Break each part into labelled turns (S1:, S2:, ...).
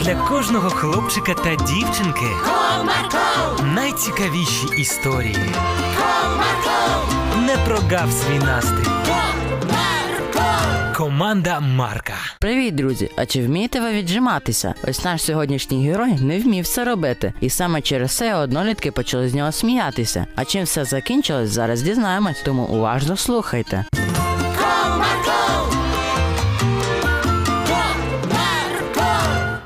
S1: для кожного хлопчика та дівчинки
S2: Comarco,
S1: найцікавіші історії.
S2: Comarco,
S1: Не прогав свій настрій.
S2: Comarco,
S1: Команда Марка.
S3: Привіт, друзі! А чи вмієте ви віджиматися? Ось наш сьогоднішній герой не вмів це робити, і саме через це однолітки почали з нього сміятися. А чим все закінчилось, зараз дізнаємось, тому уважно слухайте.
S2: Comarco,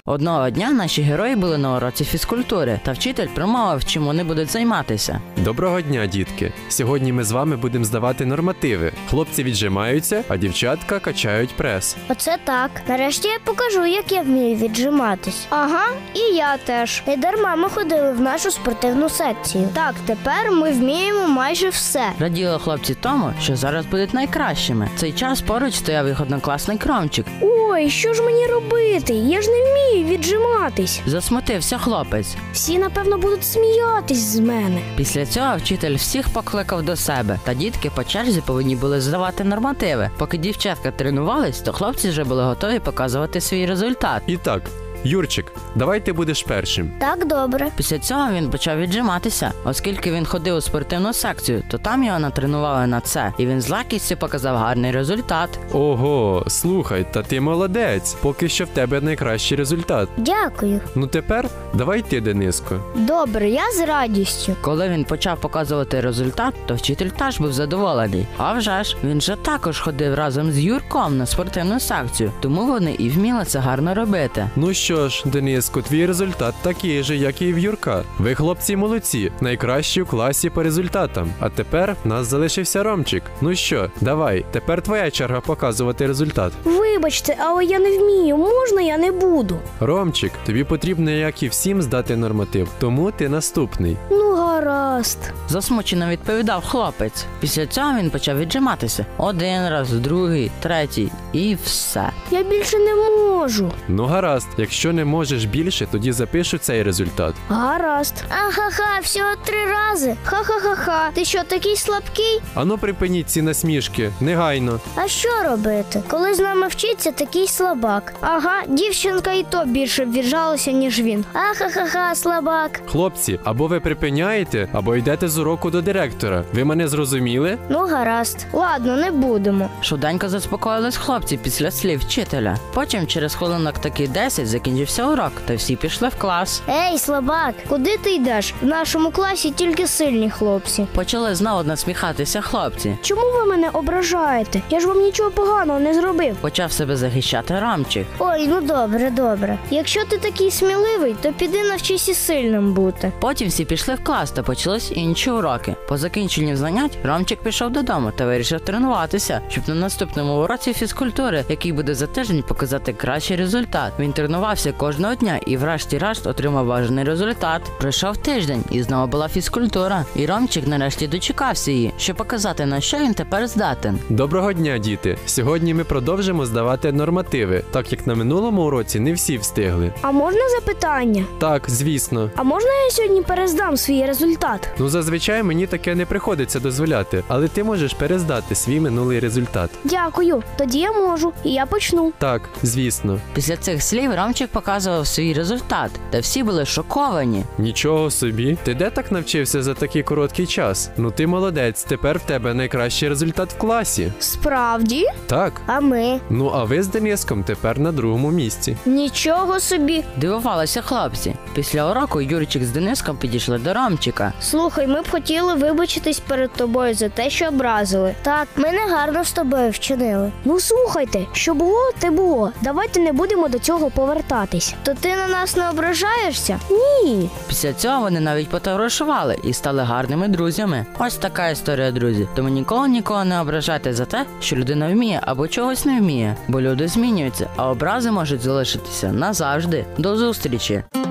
S3: Одного дня наші герої були на уроці фізкультури, та вчитель промовив, чим вони будуть займатися.
S4: Доброго дня, дітки! Сьогодні ми з вами будемо здавати нормативи. Хлопці віджимаються, а дівчатка качають прес.
S5: Оце так. Нарешті я покажу, як я вмію віджиматись. Ага, і я теж. Не дарма ми ходили в нашу спортивну секцію. Так, тепер ми вміємо майже все.
S3: Раділи хлопці тому, що зараз будуть найкращими. Цей час поруч стояв їх однокласник Ромчик.
S5: Ой, що ж мені робити? Я ж не вмію віджиматись.
S3: Засмутився хлопець.
S5: Всі, напевно, будуть сміятись з мене.
S3: Після цього вчитель всіх покликав до себе, та дітки по черзі повинні були здавати нормативи. Поки дівчатка тренувались, то хлопці вже були готові показувати свій результат.
S4: І так, Юрчик, давай ти будеш першим.
S5: Так добре.
S3: Після цього він почав віджиматися, оскільки він ходив у спортивну секцію, то там його натренували на це, і він з лакістю показав гарний результат.
S4: Ого, слухай, та ти молодець. Поки що в тебе найкращий результат.
S5: Дякую.
S4: Ну тепер давай ти, Дениско.
S5: Добре, я з радістю.
S3: Коли він почав показувати результат, то вчитель теж був задоволений. А вже ж він же також ходив разом з Юрком на спортивну секцію, тому вони і вміли це гарно робити.
S4: Ну що ж, Дениско, твій результат такий же, як і в Юрка. Ви, хлопці, молодці, найкращі у класі по результатам. А тепер в нас залишився Ромчик. Ну що, давай, тепер твоя черга показувати результат.
S5: Вибачте, але я не вмію. Можна я не буду?
S4: Ромчик, тобі потрібно, як і всім, здати норматив, тому ти наступний.
S5: Ну, гаразд.
S3: Засмучено відповідав хлопець. Після цього він почав віджиматися один раз, другий, третій і все.
S5: Я більше не можу.
S4: Ну гаразд, якщо не можеш більше, тоді запишу цей результат.
S5: Гаразд. Ахаха, всього три рази. Ха-ха-ха-ха. Ти що такий слабкий?
S4: Ану припиніть ці насмішки, негайно.
S5: А що робити? Коли з нами вчиться такий слабак. Ага, дівчинка і то більше ввіржалася, ніж він. Ахаха-ха, слабак.
S4: Хлопці, або ви припиняєте, або йдете з уроку до директора. Ви мене зрозуміли?
S5: Ну, гаразд. Ладно, не будемо.
S3: Швиденько заспокоїлись хлопці після слів вчителя. Потім через хвилинок таки 10 закінчився урок, та всі пішли в клас.
S5: Ей, слабак, куди ти йдеш? В нашому класі тільки сильні хлопці.
S3: Почали знову насміхатися хлопці.
S5: Чому ви мене ображаєте? Я ж вам нічого поганого не зробив.
S3: Почав себе захищати рамчик.
S5: Ой, ну добре, добре. Якщо ти такий сміливий, то піди навчись і сильним бути.
S3: Потім всі пішли в клас та почались інші уроки. По закінченню занять Ромчик пішов додому та вирішив тренуватися, щоб на наступному уроці фізкультури, який буде за тиждень, показати кращий результат. Він тренувався кожного дня і, врешті-решт, отримав бажаний результат. Пройшов тиждень і знову була фізкультура. І Ромчик нарешті дочекався її, щоб показати на що він тепер здатен.
S4: Доброго дня, діти! Сьогодні ми продовжимо здавати нормативи, так як на минулому уроці не всі встигли.
S5: А можна запитання?
S4: Так, звісно.
S5: А можна я сьогодні перездам свій результат?
S4: Ну зазвичай мені таке не приходиться дозволяти, але ти можеш перездати свій минулий результат.
S5: Дякую, тоді я можу, і я почну.
S4: Так, звісно.
S3: Після цих слів Ромчик показував свій результат, та всі були шоковані.
S4: Нічого собі. Ти де так навчився за такий короткий час? Ну ти молодець, тепер в тебе найкращий результат в класі.
S5: Справді?
S4: Так.
S5: А ми?
S4: Ну а ви з Дениском тепер на другому місці.
S5: Нічого собі.
S3: Дивувалися хлопці. Після уроку Юрчик з Дениском підійшли до Ромчика.
S5: Слухай, ми б хотіли вибачитись перед тобою за те, що образили. Так, ми не гарно з тобою вчинили. Ну слухайте, що було, те було. Давайте не будемо до цього повертатись. То ти на нас не ображаєшся? Ні.
S3: Після цього вони навіть потоваришували і стали гарними друзями. Ось така історія, друзі. Тому ніколи нікого не ображайте за те, що людина вміє або чогось не вміє, бо люди змінюються, а образи можуть залишитися назавжди. До зустрічі!